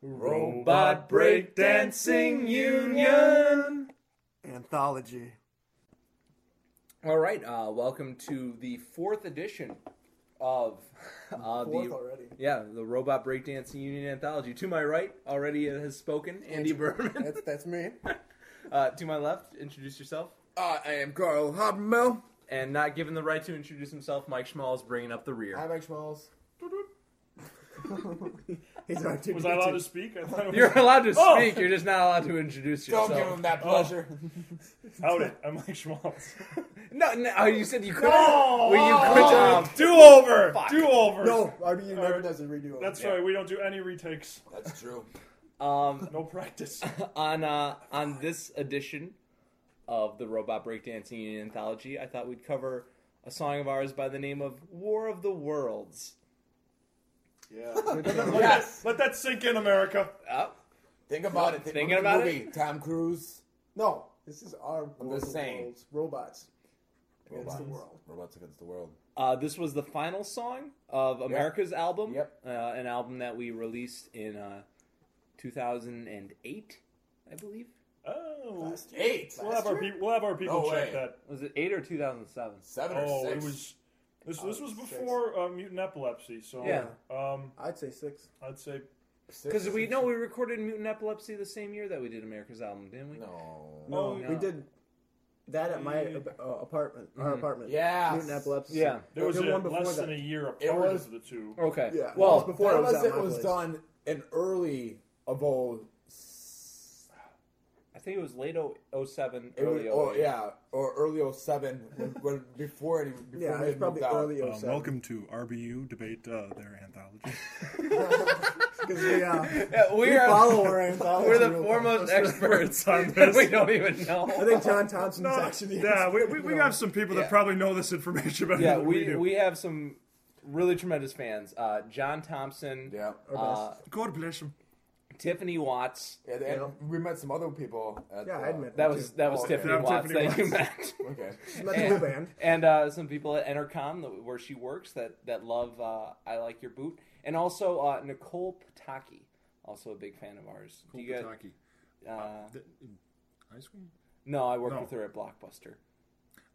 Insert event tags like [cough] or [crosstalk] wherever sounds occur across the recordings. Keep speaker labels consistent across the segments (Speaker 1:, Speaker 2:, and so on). Speaker 1: Robot Breakdancing Union.
Speaker 2: Anthology.
Speaker 1: All right, uh, welcome to the fourth edition of uh,
Speaker 2: Fourth
Speaker 1: the
Speaker 2: already.
Speaker 1: yeah the Robot Breakdancing Union Anthology. To my right, already has spoken Andy Berman.
Speaker 2: That's that's me.
Speaker 1: Uh, to my left, introduce yourself.
Speaker 3: Uh, [laughs] I am Carl Hobmel.
Speaker 1: And not given the right to introduce himself, Mike Schmall is bringing up the rear.
Speaker 2: I'm Mike Schmalls. [laughs] He's our two.
Speaker 4: Was I allowed to speak? I thought it was
Speaker 1: You're allowed to speak.
Speaker 4: Oh!
Speaker 1: You're just not allowed to introduce
Speaker 3: Don't
Speaker 1: yourself.
Speaker 3: give him that
Speaker 4: Oh.
Speaker 3: pleasure.
Speaker 2: [laughs]
Speaker 4: Howdy, I'm Mike
Speaker 1: [laughs]
Speaker 4: Schmaltz.
Speaker 1: No, no, oh, you said you couldn't.
Speaker 4: No!
Speaker 1: Well, you
Speaker 4: Oh,
Speaker 1: couldn't. Um,
Speaker 4: do over.
Speaker 1: Fuck.
Speaker 4: Do over.
Speaker 2: No, RBU never
Speaker 4: Alright.
Speaker 2: does a redo. of
Speaker 4: That's
Speaker 2: it.
Speaker 4: right. We don't do any retakes.
Speaker 3: That's true.
Speaker 1: um,
Speaker 4: No practice.
Speaker 1: on uh, on this edition of the Robot Breakdancing Union Anthology, I thought we'd cover a song of ours by the name of War of the Worlds.
Speaker 4: Yeah. let, that, let that sink in, America.
Speaker 1: Uh,
Speaker 3: Think about it. Think
Speaker 1: Thinking about
Speaker 3: movie. Tom Cruise.
Speaker 2: No, this is our. World
Speaker 3: just
Speaker 2: of
Speaker 3: saying.
Speaker 2: Worlds. Robots. Against the
Speaker 3: Robots.
Speaker 2: world.
Speaker 3: Robots against the world.
Speaker 1: uh, this was the final song of America's album.
Speaker 3: Yep.
Speaker 1: Uh, an album that we released in uh, 2008, I believe.
Speaker 4: Oh.
Speaker 2: Last year.
Speaker 3: Eight.
Speaker 4: We'll have our pe- we'll have our people
Speaker 3: No
Speaker 4: check
Speaker 3: way.
Speaker 4: that.
Speaker 1: Was it 8 or 2007?
Speaker 3: Seven
Speaker 4: Oh,
Speaker 3: or
Speaker 4: it
Speaker 3: six.
Speaker 4: was. This, this was
Speaker 2: Six.
Speaker 4: before uh, mutant epilepsy, so
Speaker 1: Yeah.
Speaker 4: um,
Speaker 2: I'd say six.
Speaker 4: I'd say
Speaker 3: Six
Speaker 1: Because
Speaker 3: or
Speaker 1: we
Speaker 3: six.
Speaker 1: know we recorded Mutant Epilepsy the same year that we did America's album, didn't we?
Speaker 3: No.
Speaker 4: Oh,
Speaker 2: we
Speaker 1: yeah.
Speaker 2: did that at my uh, apartment. Our
Speaker 1: Mhm.
Speaker 2: apartment.
Speaker 3: Yes.
Speaker 2: Mutant epilepsy.
Speaker 1: Yeah.
Speaker 4: there was
Speaker 2: the
Speaker 4: a,
Speaker 2: one before
Speaker 4: less
Speaker 2: that.
Speaker 4: than a year apart
Speaker 3: It was-
Speaker 4: of the two.
Speaker 1: Okay.
Speaker 2: Yeah.
Speaker 1: Well,
Speaker 2: That was before I was
Speaker 3: Unless
Speaker 2: at
Speaker 3: it
Speaker 2: my
Speaker 3: was
Speaker 2: place.
Speaker 3: done in early of oh old.
Speaker 1: I think it was late o- 07,
Speaker 3: It was,
Speaker 1: early
Speaker 3: oh
Speaker 1: 08.
Speaker 3: yeah, or early 07, when, when before any before
Speaker 2: Yeah,
Speaker 3: we
Speaker 2: it was
Speaker 3: had
Speaker 2: probably
Speaker 3: moved out.
Speaker 2: early
Speaker 5: Um,
Speaker 2: 07.
Speaker 5: welcome [laughs] to RBU debate uh, their anthology.
Speaker 2: [laughs] 'Cause we, uh,
Speaker 1: Yeah, [laughs] we
Speaker 2: we
Speaker 1: are
Speaker 2: follow our anthology
Speaker 1: we're the
Speaker 2: real
Speaker 1: foremost
Speaker 2: close.
Speaker 1: experts
Speaker 5: on this.
Speaker 1: we don't even
Speaker 2: I
Speaker 1: know.
Speaker 2: think John Thompson's
Speaker 5: No,
Speaker 2: actually. the
Speaker 5: yeah, we,
Speaker 2: expert.
Speaker 5: we, we
Speaker 2: No.
Speaker 5: have some people
Speaker 1: Yeah.
Speaker 5: that probably know this information better
Speaker 1: Yeah,
Speaker 5: than
Speaker 1: we
Speaker 5: do.
Speaker 1: we have some really tremendous fans. Uh, John Thompson,
Speaker 3: Yeah.
Speaker 1: uh,
Speaker 5: God bless them.
Speaker 1: Tiffany Watts.
Speaker 3: Yeah, and we met some other people. At,
Speaker 2: Yeah,
Speaker 3: uh,
Speaker 2: I admit
Speaker 1: That was that was
Speaker 3: Oh, yeah.
Speaker 1: Tiffany
Speaker 5: Yeah,
Speaker 1: Watts
Speaker 5: Tiffany
Speaker 1: that you met, [laughs]
Speaker 3: Okay.
Speaker 2: [laughs] She's met the whole band.
Speaker 1: and uh, some people at Entercom that, where she works that that love uh, I like your boot, and also uh, Nicole Pataki, also a big fan of ours. Do you guys- uh,
Speaker 5: Ice cream?
Speaker 1: no, I worked
Speaker 5: No.
Speaker 1: with her at Blockbuster.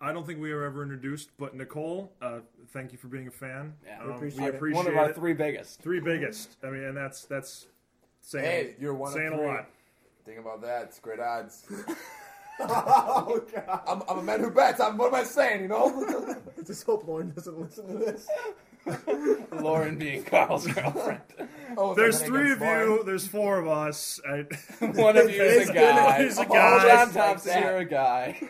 Speaker 5: I don't think we were ever introduced, but Nicole, uh, thank you for being a fan.
Speaker 1: Yeah.
Speaker 5: Um,
Speaker 1: We
Speaker 5: we
Speaker 2: appreciate
Speaker 5: appreciate,
Speaker 2: it.
Speaker 1: One of our
Speaker 5: it.
Speaker 1: three biggest.
Speaker 5: [laughs] Three biggest. I mean, and that's that's saying
Speaker 3: Hey, you're one of
Speaker 5: saying
Speaker 3: three.
Speaker 5: a lot.
Speaker 3: Think about that. It's great odds.
Speaker 2: oh god! [laughs]
Speaker 3: I'm, I'm a man who bets. I'm, what am I saying? You know. [laughs]
Speaker 2: I just hope Lauren doesn't listen to this.
Speaker 1: Lauren being Carl's [laughs] girlfriend.
Speaker 3: Oh,
Speaker 5: There's
Speaker 3: then
Speaker 5: three of
Speaker 3: against Lauren.
Speaker 5: you. There's four of us. I,
Speaker 3: [laughs]
Speaker 1: One of you is a
Speaker 5: [laughs] It's
Speaker 1: guy.
Speaker 5: good, it's a
Speaker 1: Of all John
Speaker 5: guy.
Speaker 3: Just like
Speaker 1: Thompson,
Speaker 3: that.
Speaker 1: you're a guy.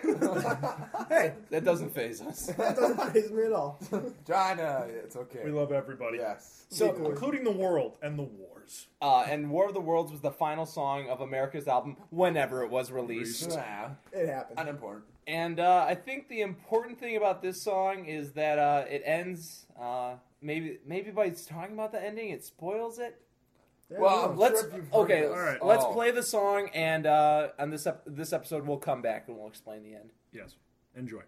Speaker 1: [laughs]
Speaker 2: Hey,
Speaker 1: That doesn't phase us.
Speaker 2: that doesn't faze me at all.
Speaker 3: John, uh, it's okay.
Speaker 4: We love everybody,
Speaker 3: Yes.
Speaker 4: so
Speaker 2: Equally.
Speaker 4: including the world and the wars.
Speaker 1: Uh, and War of the Worlds was the final song of America's album whenever it was released.
Speaker 3: Nah,
Speaker 2: It happened. [laughs]
Speaker 3: unimportant.
Speaker 1: And uh, I think the important thing about this song is that uh, it ends. Uh, maybe maybe by talking about the ending, it spoils it.
Speaker 2: Yeah,
Speaker 3: Well,
Speaker 2: no.
Speaker 1: Let's
Speaker 3: sure if you've heard
Speaker 1: okay.
Speaker 3: this.
Speaker 5: All right.
Speaker 1: Let's
Speaker 3: Oh.
Speaker 1: play the song, and uh, on this ep- this episode, we'll come back and we'll explain the end.
Speaker 5: yes. Enjoy.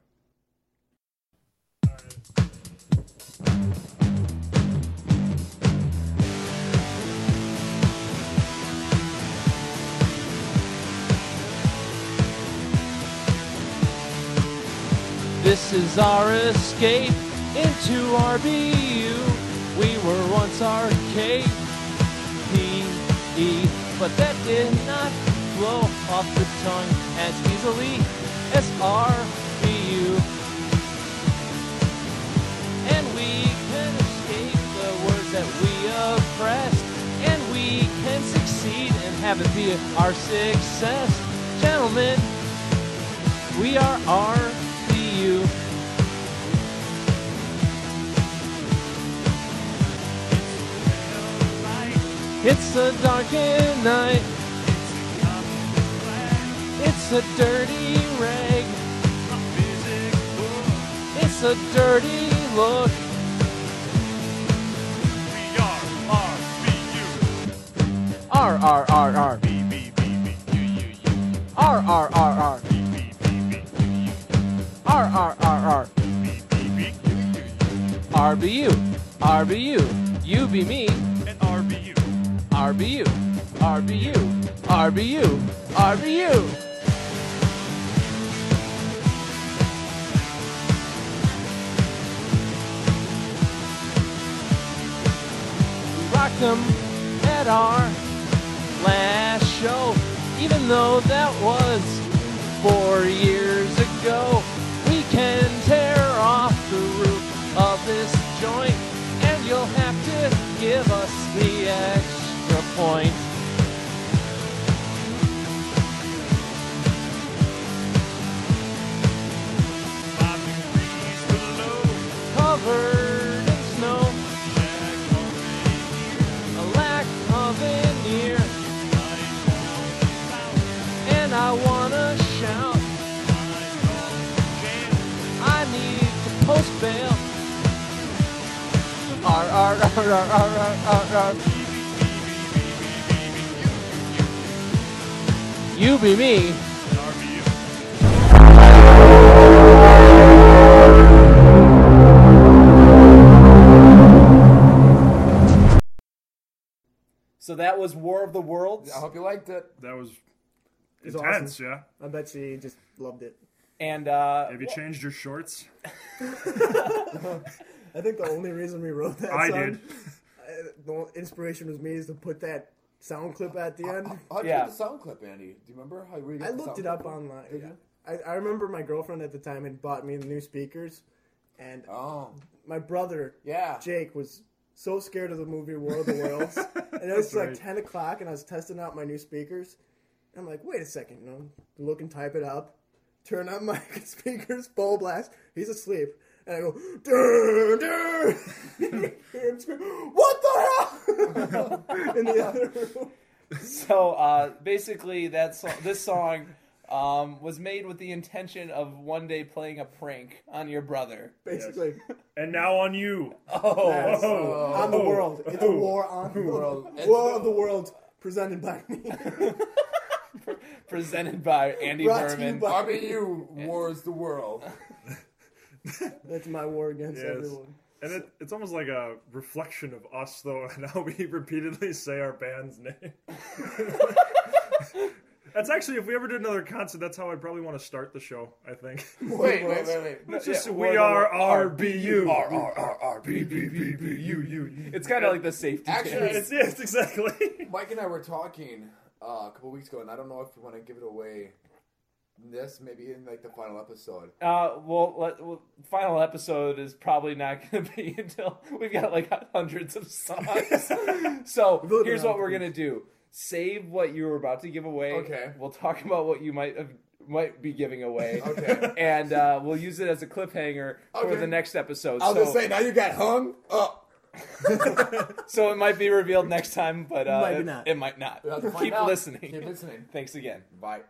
Speaker 6: This is our escape into RBU. We were once arcade PE, E, but that did not flow off the tongue as easily as RBU. And we can escape the words that we oppressed, and we can succeed and have it be our success. Gentlemen, we are RBU. It's a darkened night. It's a dirty rag. It's a dirty look. R R R R. R R R R. R R R R. RBU. RBU. You be me. And RBU. RBU, RBU, RBU, RBU. We rocked them at our last show, even though that was four years ago. We can tear off the roof of this joint, and you'll have to give us the extra point.
Speaker 5: Five degrees below.
Speaker 6: Covered in snow, a lack of an ear, and I wanna shout. I need to post bail. R R R R R R R R. You be me.
Speaker 1: So that was War of the Worlds,
Speaker 3: I hope you liked it.
Speaker 5: That was
Speaker 2: It's
Speaker 5: intense,
Speaker 2: awesome.
Speaker 5: yeah.
Speaker 2: I bet she just loved it.
Speaker 1: and uh,
Speaker 5: Have you changed your shorts?
Speaker 2: I think the only reason we wrote that
Speaker 5: I
Speaker 2: song,
Speaker 5: did.
Speaker 2: the only inspiration was me is to put that sound clip at the end.
Speaker 3: How'd you
Speaker 1: Yeah.
Speaker 3: get the sound clip, Andy? Do you remember how we?
Speaker 2: I looked it up online.
Speaker 3: Did
Speaker 2: yeah.
Speaker 3: you?
Speaker 2: I, I remember my girlfriend at the time had bought me the new speakers, and
Speaker 3: Oh,
Speaker 2: my brother
Speaker 3: yeah.
Speaker 2: Jake was so scared of the movie War of the Worlds, and it was like ten o'clock, and I was testing out my new speakers. I'm like, wait a second, you know, look and type it up, turn on my [laughs] speakers, full blast. He's asleep, and I go, dun, dun. [laughs] Hear him scream, what the hell? [laughs] In the other room.
Speaker 1: so uh, basically that so- this song um, was made with the intention of one day playing a prank on your brother.
Speaker 2: Basically,
Speaker 5: And now on you.
Speaker 1: Oh,
Speaker 2: yes. on the world. It's a war on the world. War of the world presented by me. [laughs]
Speaker 1: presented by Andy
Speaker 2: Brought to you
Speaker 1: Berman.
Speaker 2: by-
Speaker 3: [laughs] RBU wars the [laughs] world.
Speaker 2: That's my war against
Speaker 5: Yes.
Speaker 2: everyone.
Speaker 5: And it, it's almost like a reflection of us, though, [laughs] and how we repeatedly say our band's name. that's actually, if we ever did another concert, that's how I'd probably want to start the show, I think.
Speaker 3: Wait, wait, wait, wait. [laughs]
Speaker 5: It's just,
Speaker 1: yeah,
Speaker 5: we
Speaker 1: War
Speaker 5: are
Speaker 1: of the World-
Speaker 5: RBU.
Speaker 3: R R R R B B B B U U.
Speaker 1: It's kind of like the safety.
Speaker 3: Actually,
Speaker 1: dance.
Speaker 5: It's, yes, exactly. [laughs]
Speaker 3: Mike and I were talking uh, a couple weeks ago, and I don't know if we want to give it away. in This maybe in like the final [laughs] episode.
Speaker 1: Uh, well, let, well, final episode is probably not going to be [laughs] until we've got like hundreds of
Speaker 3: [laughs]
Speaker 1: songs. so
Speaker 2: Vote
Speaker 1: here's
Speaker 2: it out,
Speaker 1: what we're going to do: save what you were about to give away.
Speaker 3: Okay.
Speaker 1: We'll talk about what you might have might be giving away.
Speaker 3: Okay.
Speaker 1: [laughs] And uh, we'll use it as a cliffhanger for
Speaker 3: Okay.
Speaker 1: the next episode.
Speaker 3: I was
Speaker 1: so,
Speaker 3: gonna say now you got hung up.
Speaker 1: so it might be revealed next time, but uh,
Speaker 2: Might be
Speaker 1: it,
Speaker 2: not.
Speaker 1: it might not.
Speaker 3: We'll have to find
Speaker 1: Keep
Speaker 3: out.
Speaker 1: [laughs] listening.
Speaker 3: Keep listening.
Speaker 1: Thanks again.
Speaker 3: Bye.